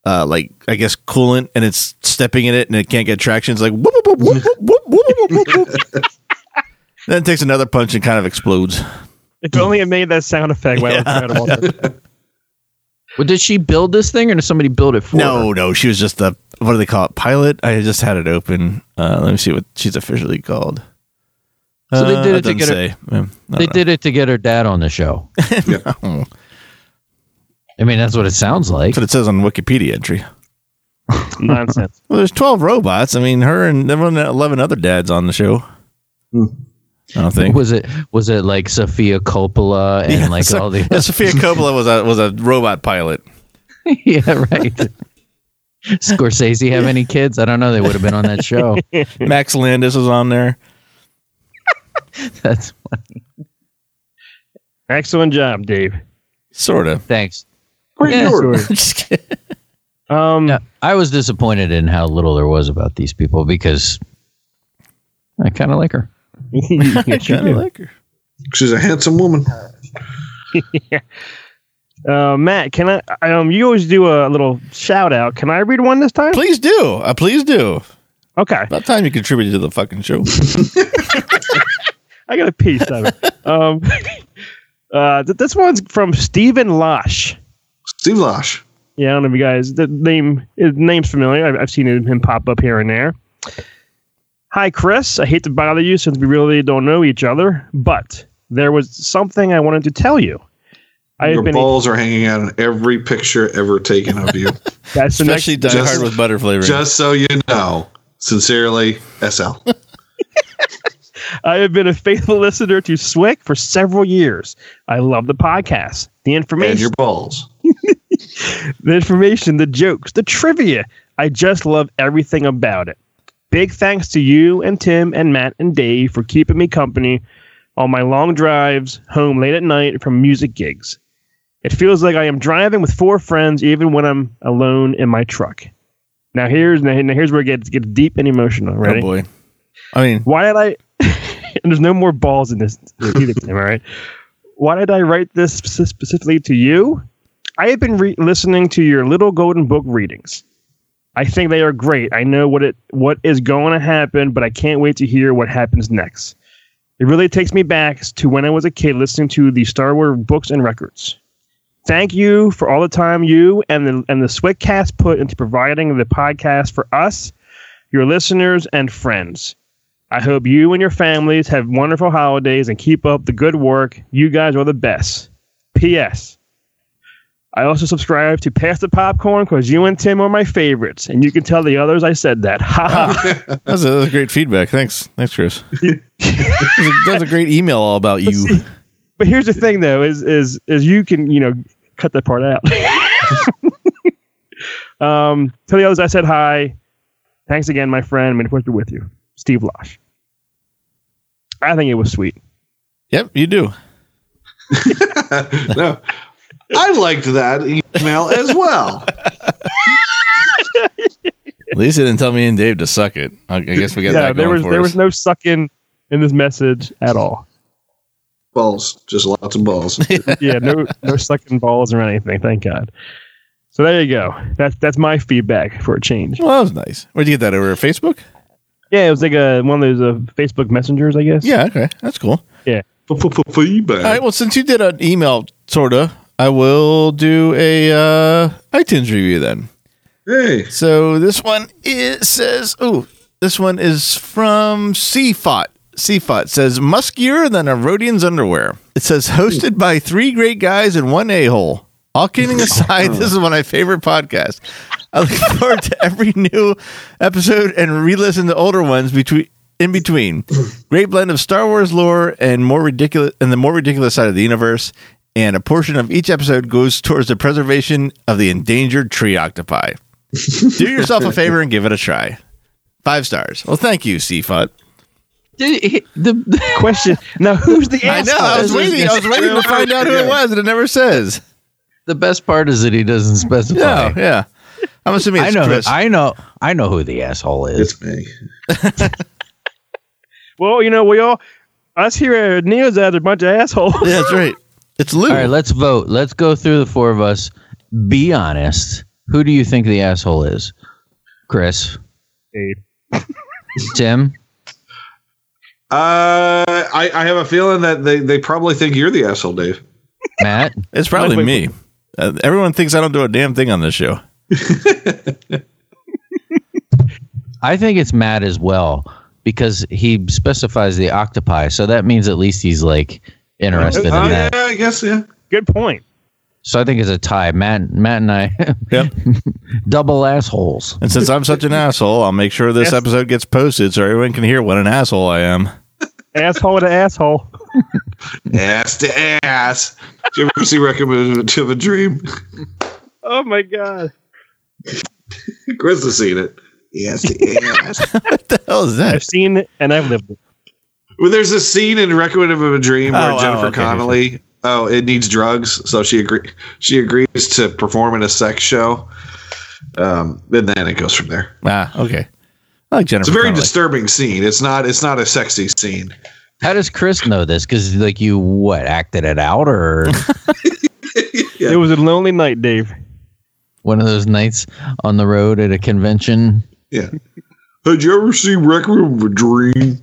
S1: uh, like I guess coolant, and it's stepping in it, and it can't get traction. It's like whoop whoop whoop whoop whoop whoop whoop. whoop, whoop. [laughs] then it takes another punch and kind of explodes.
S5: If only it made that sound effect while I was trying to watch it.
S3: Well, did she build this thing, or did somebody build it for her?
S1: No, no, she was just the what do they call it? Pilot. I just had it open. Uh, let me see what she's officially called.
S3: So they did
S1: Uh,
S3: it to
S1: doesn't
S3: get her-
S1: say. Um, I
S3: They
S1: don't
S3: did it to get her dad on the show.
S1: know. [laughs]
S3: I mean, that's what it sounds like.
S1: That's what it says on Wikipedia entry.
S5: Nonsense.
S1: Well, there's 12 robots. I mean, her and everyone, 11 other dads on the show.
S5: Hmm.
S1: I don't
S5: [laughs]
S1: think.
S3: Was it was it like Sophia Coppola and like
S1: So-
S3: all the [laughs]
S1: Sophia Coppola was a was a robot pilot.
S3: yeah right? Scorsese have any kids? I don't know. They would have been on
S1: [laughs]
S3: that show.
S1: Max Landis is on there.
S3: That's
S5: Excellent job, Dave.
S1: Sort of.
S3: thanks.
S2: Great
S3: Yeah,
S1: [laughs]
S2: Jordan.
S1: Just kidding.
S5: Um, [laughs]
S3: Yeah, I was disappointed in how little there was about these people because I kind of like her.
S1: [laughs] I kind of like her.
S2: She's a handsome woman.
S5: uh, Matt, can I? I, Um, you always do a little shout out. Can I read one this time?
S1: Please do. Uh, please do.
S5: Okay,
S1: About time you contributed to the fucking
S5: [laughs]
S1: show.
S5: I got a piece
S1: [laughs]
S5: of it. Um, [laughs] uh, th- this one's from Stephen Losh.
S2: Steve Losh.
S5: Yeah, I don't know if you guys the name his name's familiar. I've, I've seen him, him pop up here and there. Hi, Chris. I hate to bother you since we really don't know each other, but there was something I wanted to tell you. I have
S2: Your
S5: been
S2: balls are hanging out in every picture ever taken of you.
S5: that's the next
S1: Especially Die
S2: Just-
S1: Hard with butter flavoring.
S2: Just so you know. Sincerely, SL.
S5: I have been a faithful listener to Swick for several years. I love the podcast. The
S2: and
S5: information
S2: your balls. [laughs]
S5: the information, the jokes, the trivia. I just love everything about it. Big thanks to you and Tim and Matt and Dave for keeping me company on my long drives home late at night from music gigs. It feels like I am driving with four friends even when I'm alone in my truck. Now here's now here's where it gets, gets deep and emotional,
S1: oh
S5: right?
S1: boy. I mean,
S5: why did I? [laughs] and there's no more balls in this either. [laughs] Tim, all right. Why did I write this spe- specifically to you? I have been re- listening to your little golden book readings. I think they are great. I know what it what is going to happen, but I can't wait to hear what happens next. It really takes me back to when I was a kid listening to the Star Wars books and records. Thank you for all the time you and the and the Swickcast put into providing the podcast for us, your listeners and friends. I hope you and your families have wonderful holidays and keep up the good work. You guys are the best. P.S. I also subscribe to Pass the Popcorn because you and Tim are my favorites, and you can tell the others I said that. Ha ha.
S1: that's, a, that's great feedback. Thanks. Thanks,
S5: [laughs]
S1: Chris. that's, a, that's a great email all about you.
S5: but here's the thing, though: is is is you can you know cut that part out. [laughs] um, tell the others I said hi. Thanks again, my friend. Many pleasure with you, Steve Losh. I think it was sweet.
S1: Yep, you do.
S2: no. I liked that email as well.
S1: At least it didn't tell me and Dave to suck it. I, I guess we got
S5: yeah,
S1: that
S5: there
S1: going
S5: was
S1: for
S5: there
S1: us.
S5: was no sucking in this message at all.
S2: Balls. Just lots of balls.
S5: yeah, no,
S1: [laughs]
S5: no sucking balls or anything. Thank God. So there you go. That's that's my feedback for a change.
S1: well, that was nice. Where'd you get that over Facebook?
S5: Yeah, it was like a one of those uh, Facebook messengers, I guess.
S1: Yeah, okay, that's cool.
S2: Feedback.
S1: All right. Well, since you did an email, sorta, I will do a uh, iTunes review then.
S2: Hey.
S1: So this one is says, oh, this one is from CFOT. CFOT says muskier than a Rhodian's underwear. It says hosted by three great guys and one a hole. All kidding aside, this is one of my favorite podcasts. I look forward to every new episode and re-listen to older ones between in between. Great blend of Star Wars lore and more ridiculous and the more ridiculous side of the universe. And a portion of each episode goes towards the preservation of the endangered tree octopi. Do yourself a favor and give it a try. Five stars. Well, thank you, CFUT.
S3: The,
S5: [laughs]
S3: the-
S5: Question. Now, who's the
S1: [laughs] I know.
S5: asshole?
S1: I was
S3: That's
S1: waiting. I was waiting to find out who it was, and it never says.
S3: the best part is that he doesn't
S1: No.
S3: specify.
S1: Yeah. I'm assuming
S3: I
S1: it's
S3: know.
S1: Chris.
S3: I know. I know who the asshole is.
S2: It's me.
S5: Well, you know, we all us here at Neo's are a bunch of assholes. [laughs]
S1: yeah, that's right. It's Lou.
S3: All right, let's vote. Let's go through the four of us. Be honest. Who do you think the asshole is? Chris, Tim.
S2: Uh, I, I have a feeling that they, they probably think you're the asshole, Dave.
S3: Matt,
S1: it's probably
S5: Wait,
S1: me. Uh, everyone thinks I don't do a damn thing on this show.
S3: I think it's Matt as well because he specifies the octopi, so that means at least he's like interested in
S2: Uh, yeah,
S3: that.
S2: I guess, yeah.
S5: Good point.
S3: So I think it's a tie. Matt, Matt and I, [laughs]
S1: Yep.
S3: double assholes.
S1: and since I'm such an asshole, I'll make sure this
S5: Yes.
S1: episode gets posted so everyone can hear what an asshole I am.
S5: asshole to asshole.
S2: Ass to ass. Did you ever see Recommendation of a Dream?
S5: Oh my god.
S2: [laughs] Chris has seen it. Yes, yes.
S1: What the hell is
S5: I've
S1: that?
S5: seen it and I've lived it.
S2: well, there's a scene in Requiem of a Dream where
S1: Oh, oh,
S2: Jennifer
S1: okay,
S2: Connelly. Oh, it needs drugs, so she agree she agrees to perform in a sex show. Um, and then it goes from there.
S1: Ah, okay. I like Jennifer.
S2: It's a very
S1: Connelly.
S2: disturbing scene. It's not. It's not a sexy scene.
S3: How does Chris know this? Because like you what acted it out or [laughs]
S2: Yeah.
S5: It was a lonely night, Dave.
S3: one of those nights on the road at a convention.
S2: Yeah. [laughs] Had you ever seen Requiem of a Dream?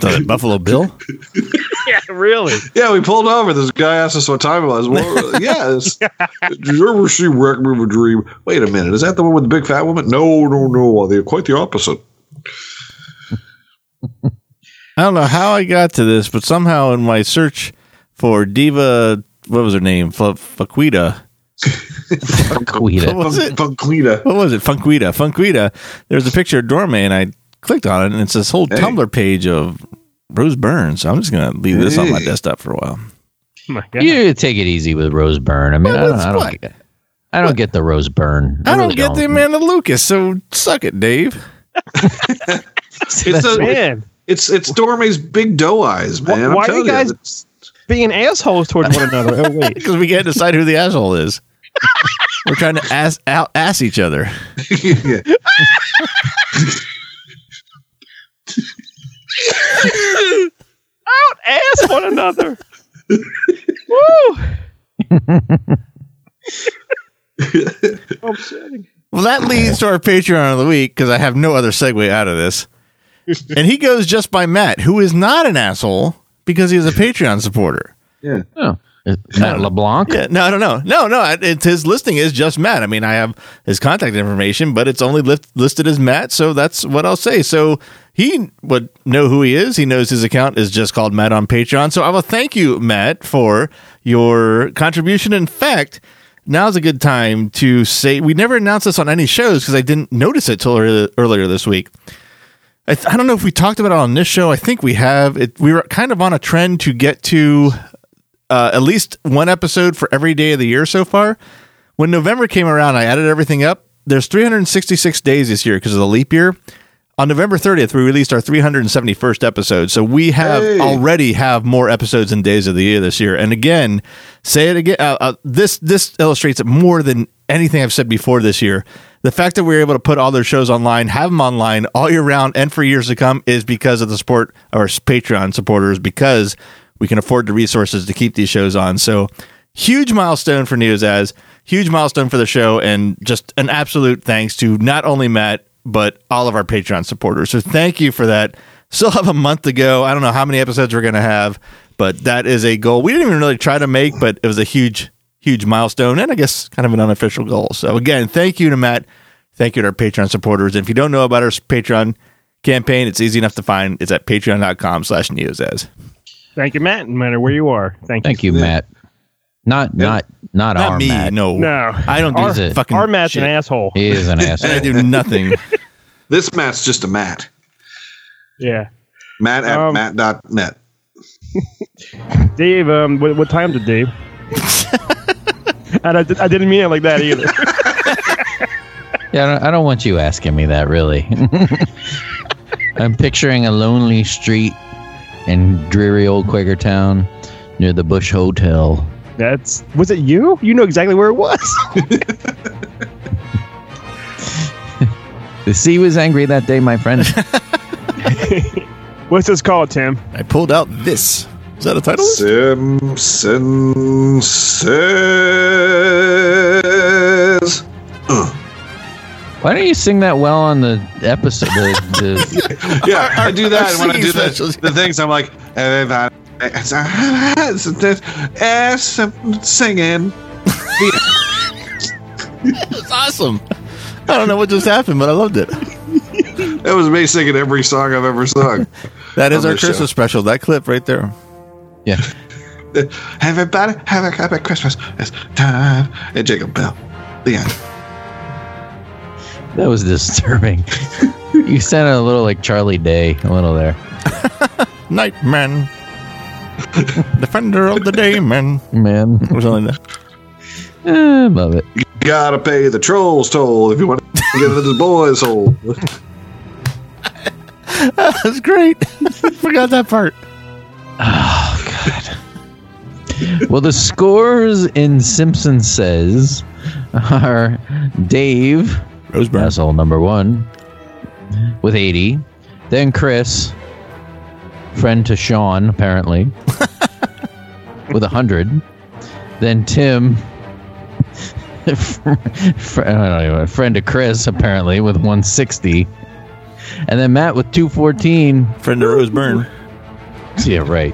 S1: The Buffalo Bill.
S5: [laughs] Yeah, really.
S2: Yeah, we pulled over. This guy asked us what time it
S1: [laughs]
S2: was. Well, yes. Did you ever see Requiem of a Dream? Wait a minute. Is that the one with the big fat woman? No, no, no. They're quite the opposite.
S1: I don't know how I got to this, but somehow in my search for diva, what was her name? Fa- Faquita.
S3: Quita.
S1: Was it?
S2: Punklita.
S1: What was it? Funquita. Funquita. There's a picture of Dorme, and I clicked on it, and it's this whole
S2: Hey.
S1: Tumblr page of Rose Burns. I'm just gonna leave this on my
S2: Hey.
S1: desktop for a while.
S5: My God.
S3: You take it easy with Rose Byrne. I mean,
S1: Well,
S3: I don't,
S1: it's
S3: I don't,
S1: what?
S3: get, I don't get the Rose Byrne.
S1: I don't
S3: really
S1: get the Amanda Lucas, so suck it, Dave.
S2: It's a,
S5: Man,
S2: it's it's Dorme's big doe eyes, man. I'm
S5: why are
S2: telling
S5: you guys
S2: it's-
S5: being assholes towards one another. Oh wait,
S1: Because we can't decide who the asshole
S3: [laughs]
S1: is. We're trying to ass out, ass each other.
S2: [laughs] yeah.
S5: out [laughs] ass one [laughs] another. Woo! Upsetting.
S1: Well, that leads to our Patreon of the week because I have no other segue out of this. And he goes just by Matt, who is not an asshole because he is a Patreon supporter.
S3: Oh, is Matt LeBlanc.
S1: Yeah, no, I don't know. No, no, I- it's his listing is just Matt. I mean, I have his contact information, but it's only list, listed as Matt, so that's what I'll say. So he would know who he is. He knows his account is just called Matt on Patreon. So I will thank you, Matt, for your contribution. In fact, now's a good time to say we never announced this on any shows because I didn't notice it till ear- earlier this week. I, th- I don't know if we talked about it on this show. I think we have. It, we were kind of on a trend to get to uh, at least one episode for every day of the year so far. When November came around, I added everything up. There's 366 days this year because of the leap year. On November 30th, we released our 371st episode. So we have
S2: Hey.
S1: already have more episodes and days of the year this year. And again, say it again. Uh, uh, this this illustrates it more than anything I've said before this year. The fact that we were able to put all their shows online, have them online all year round and for years to come is because of the support of our Patreon supporters because we can afford the resources to keep these shows on. So huge milestone for News as huge milestone for the show, and just an absolute thanks to not only Matt but all of our Patreon supporters. So thank you for that. Still have a month to go. I don't know how many episodes we're gonna have, but that is a goal we didn't even really try to make, but it was a huge, huge milestone, and I guess kind of an unofficial goal. So again, thank you to Matt. Thank you to our Patreon supporters. And if you don't know about our Patreon campaign, it's easy enough to find. It's at patreon.com slash neozaz.
S5: Thank you, Matt. No matter where you are, thank you.
S3: Thank you, Matt. Not not not, our
S1: Not me.
S3: Matt.
S1: No.
S5: No,
S1: I don't do
S5: our,
S3: that
S1: fucking
S5: Our Matt's an
S1: shit.
S5: asshole.
S3: He
S1: [laughs]
S3: is an
S1: And I
S3: asshole.
S1: do
S3: [laughs]
S1: nothing.
S2: This Matt's just a Matt.
S5: Yeah,
S2: Matt at
S5: Um,
S2: matt.net.
S5: Dave. Um, what, what time did Dave? and I, did, I didn't mean it like that either.
S3: yeah, I don't, I don't want you asking me that. Really, [laughs] I'm picturing a lonely street in dreary old Quakertown near the Bush Hotel.
S5: That's was it. You? You know exactly where it was.
S3: The sea was angry that day,
S1: [laughs]
S3: my friend.
S5: What's this called, Tim?
S1: I pulled out this. Is that a title?
S2: Simpson says.
S3: Why don't you sing that well on the episode? The,
S1: [laughs]
S2: Yeah, I do that.
S1: our
S2: And when I
S1: singing
S2: do the,
S1: specials.
S2: the things, I'm like, everybody, [laughs] it's a- it's a- it's a- singing.
S1: It's awesome. I don't know what just happened, but I loved it.
S2: That was me singing every song I've ever sung. [laughs]
S1: That is
S2: On
S1: our
S2: this show.
S1: Christmas special. That clip right there.
S3: the, yeah.
S2: everybody, have a happy Christmas. It's time. And Jacob Bell. The end.
S3: That was disturbing. you sounded a little like Charlie Day, a little there.
S1: Nightman. [laughs] Defender of the Dayman.
S3: Man,
S1: Or something like that.
S3: Eh, love it.
S2: [laughs] Gotta pay the trolls toll if you want to Together this boy's hole.
S1: That's great. [laughs] Forgot that part.
S3: Well, the scores in Simpson Says are Dave,
S1: Roseburn.
S3: asshole number one, with 80. Then Chris, friend to Sean, apparently, with 100. Then Tim, [laughs] fr- fr- I don't know, friend to Chris, apparently, with 160. And then Matt with 214.
S1: Friend of Roseburn.
S3: Yeah, right.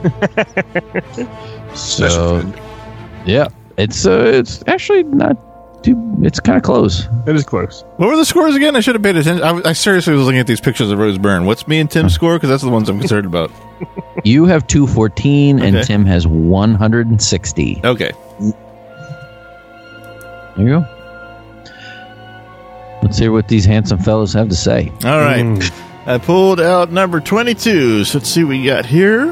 S3: so,
S2: friend.
S3: yeah, it's uh, it's actually not too. It's kind of close.
S5: It is close.
S1: What were the scores again? I should have paid attention. I, I seriously was looking at these pictures of Roseburn. What's me and Tim's score? Because that's the ones I'm concerned about.
S3: You have two fourteen,
S1: Okay.
S3: and Tim has one hundred and sixty.
S1: Okay.
S3: There you go. Let's hear what these handsome fellows have to say.
S1: All right.
S5: Mm.
S1: I pulled out number 22. So let's see what we got here.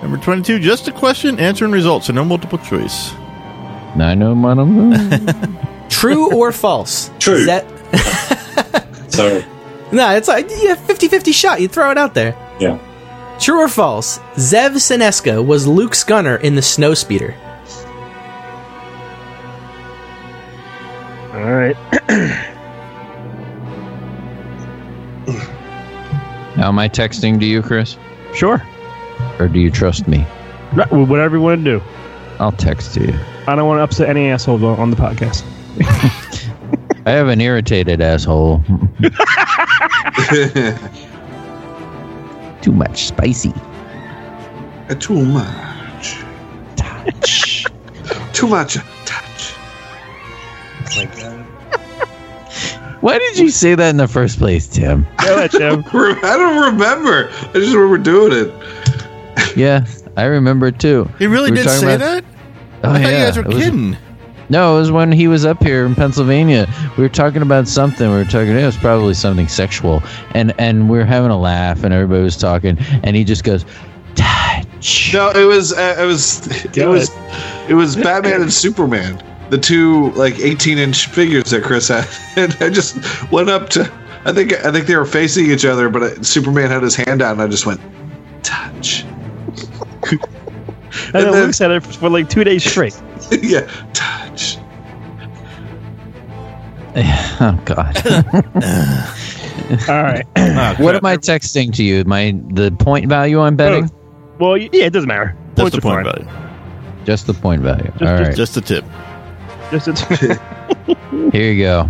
S1: Number 22, just a question, answer, and results. So no multiple choice.
S3: I know
S1: [laughs]
S3: my number.
S6: True
S7: [laughs]
S6: or false?
S7: True.
S6: Is
S7: [laughs]
S6: that
S7: Sorry.
S6: no? It's like yeah, 50-50 shot. You throw it out there.
S7: Yeah.
S6: True or false? Zev Sineska was Luke's gunner in the Snowspeeder.
S5: All right.
S3: now, am I texting to you, Chris,
S5: Sure.
S3: or do you trust me?
S5: Right, well, Whatever you want to do.
S3: I'll text to you.
S5: I don't want to upset any assholes on, on the podcast.
S3: I have an irritated asshole. [laughs] Too much spicy.
S2: [laughs] Too much. Touch. Too much. Touch.
S3: Why did you say that in the first
S1: [laughs]
S3: place, Tim?
S5: Go ahead, Jim.
S2: I don't remember. I just remember doing it.
S3: Yeah, I remember too.
S1: He really
S3: We
S1: did
S3: were talking
S1: say
S3: about-
S1: that?
S3: Oh,
S1: I thought
S3: yeah.
S1: you guys were
S3: it was-
S1: kidding.
S3: No, it was when he was up here in Pennsylvania. We were talking about something. We were talking. It was probably something sexual, and and we were having a laugh, and everybody was talking, and he just goes, "Touch."
S2: No, it was. Uh, it was. It was. It was Batman and Superman. The two like 18 inch figures that Chris had, [laughs] and I just went up to. I think. I think they were facing each other, but uh, Superman had his hand out, and I just went, touch. [laughs]
S5: And then Luke said it for like two days straight.
S2: yeah, touch.
S3: [laughs] oh
S5: [laughs]
S3: God.
S5: All right.
S1: Ah,
S3: what
S1: crap.
S3: am I texting to you? My the point value I'm betting.
S5: Well, y- yeah, it doesn't matter.
S1: That's
S5: Points
S1: the
S5: are
S1: point
S5: fine.
S1: value.
S3: Just the point value. All right.
S1: Just a tip.
S5: Just it's-
S3: Here you go.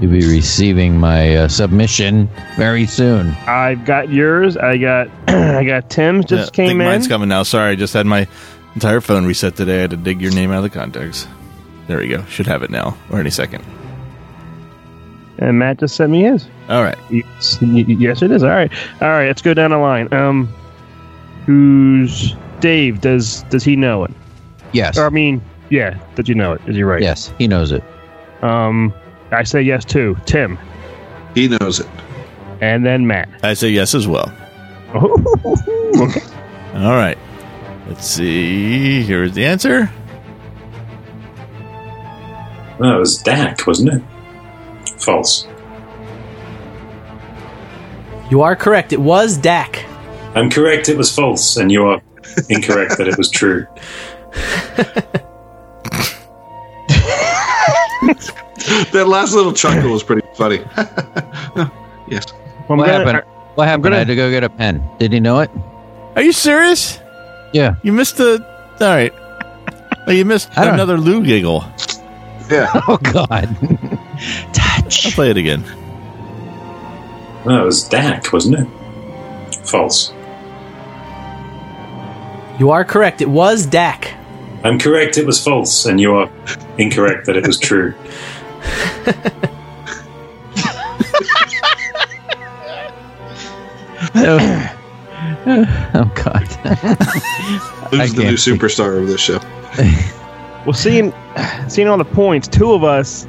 S3: You'll be receiving my uh, submission very soon.
S5: I've got yours. I got [clears throat] I got Tim's. Just
S1: Yeah, I
S5: came
S1: think
S5: in.
S1: Mine's coming now. Sorry, I just had my entire phone reset today. I had to dig your name out of the contacts. There we go. Should have it now or any second.
S5: and Matt just sent me his.
S1: All right.
S5: Yes, y- y- yes, it is. All right, all right. Let's go down the line. Um, who's Dave? Does does he know it?
S3: Yes.
S5: Or, I mean, yeah. Did you know it? Is he right?
S3: Yes, he knows it.
S5: Um, I say yes too. Tim
S2: He knows it.
S5: and then Matt. [laughs]
S1: I say yes as well. All right. Let's see. Here is the answer.
S7: No, it was Dak, wasn't it? False.
S6: You are correct. It was Dak.
S7: I'm correct. It was false, and you are incorrect that it was true.
S2: That last little chuckle was pretty [laughs] funny. yes.
S5: Well, I'm
S3: What
S5: gonna-
S3: happened? What happened?
S5: gonna-
S3: I had to go get a pen. Did he know it?
S1: Are you serious?
S3: Yeah.
S1: You missed the. All right. Well, you missed
S3: I don't-
S1: another Lou giggle.
S2: Yeah.
S3: Oh God.
S1: I'll
S3: Touch.
S1: play it
S5: [laughs]
S1: again.
S7: No, it was Dak, wasn't it? False.
S6: You are correct. It was Dak.
S7: I'm correct. It was false, and you are incorrect that it was true.
S3: oh [coughs] Oh, God. [laughs]
S2: Who's the
S3: can't
S2: new
S3: think.
S2: superstar of this show?
S5: Well, seeing seeing all the points, two of us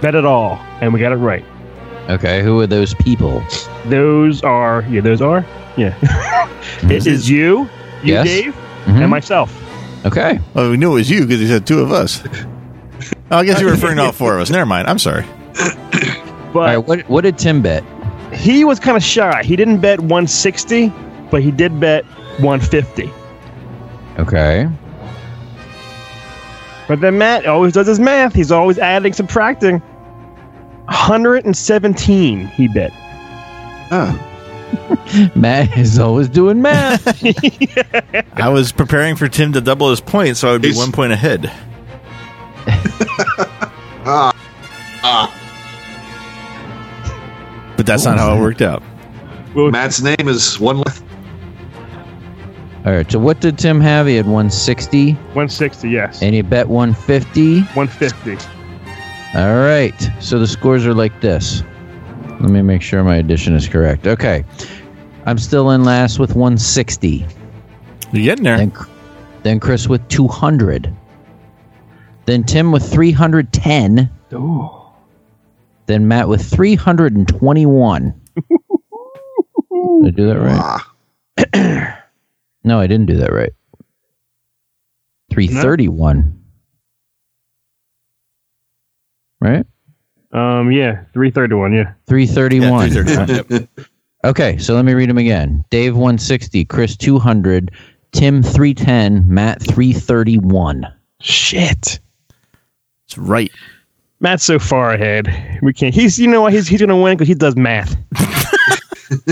S5: bet it all, and we got it right.
S3: Okay, who are those people?
S5: Those are yeah. Those are yeah. [laughs] it is you, you
S3: Yes.
S5: Dave,
S3: Mhm.
S5: and myself.
S3: Okay.
S1: Well, we knew it was you because he said two of us. Oh, I guess you were referring to all four of us. Never mind. I'm sorry.
S3: All right,
S5: But
S3: what what did Tim bet?
S5: he was kind of shy. He didn't bet 160, but he did bet 150.
S3: Okay. [laughs]
S5: But then Matt always does his math. He's always adding, subtracting. 117 he bet.
S3: Matt is always doing math.
S1: I was preparing for Tim to double his points, so I would be
S2: He's-
S1: one point ahead. But that's not how it worked out.
S2: Matt's name is one. less-
S3: all right. So what did Tim have? He had 160
S5: 160, yes.
S3: and he bet 150.
S5: 150.
S3: All right. So the scores are like this. Let me make sure my addition is correct. Okay. I'm still in last with 160.
S1: You're getting there.
S3: Then, then Chris with 200. Then Tim with 310. Then Matt with 321. Did I do that right? [clears throat] no, I didn't do that right. 331. Right?
S5: Um, yeah, 331, yeah.
S3: 331.
S1: Yeah, 331, yep.
S3: Okay, so let me read them again. Dave 160, Chris 200, Tim 310, Matt 331.
S5: Shit.
S1: That's right.
S5: Matt's so far ahead. We can't. He's, you know what? He's, he's going to win because he does math. [laughs]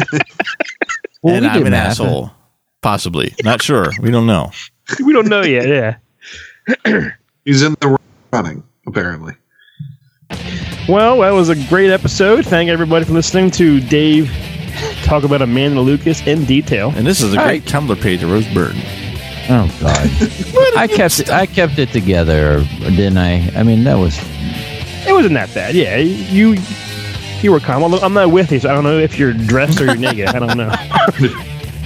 S3: Well,
S1: and
S3: we
S1: I'm
S3: did
S1: an
S3: math.
S1: asshole. Possibly. Not sure. We don't know.
S5: We don't know yet, yeah.
S2: He's in the running apparently.
S5: Well, that was a great episode. Thank everybody for listening to Dave talk about Amanda Lucas in detail.
S1: And this is a
S3: All
S1: great Tumblr page of Rose Byrne.
S3: Oh [laughs] god. I kept it, I kept it together, didn't I? I mean, that was
S5: It wasn't that bad. Yeah, you you were calm. Although I'm not with you, so I don't know if you're dressed or you're naked. I [laughs] don't know.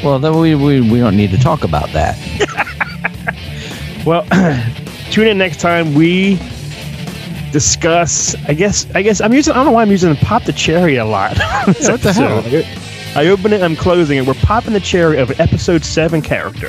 S3: well, then we, we we don't need to talk about that.
S5: Well, [clears throat] tune in next time we discuss. I guess. I guess I'm using. I don't know why I'm using "pop the cherry" a lot. [laughs] what the hell? I open it. I'm closing it. We're popping the cherry of episode seven character.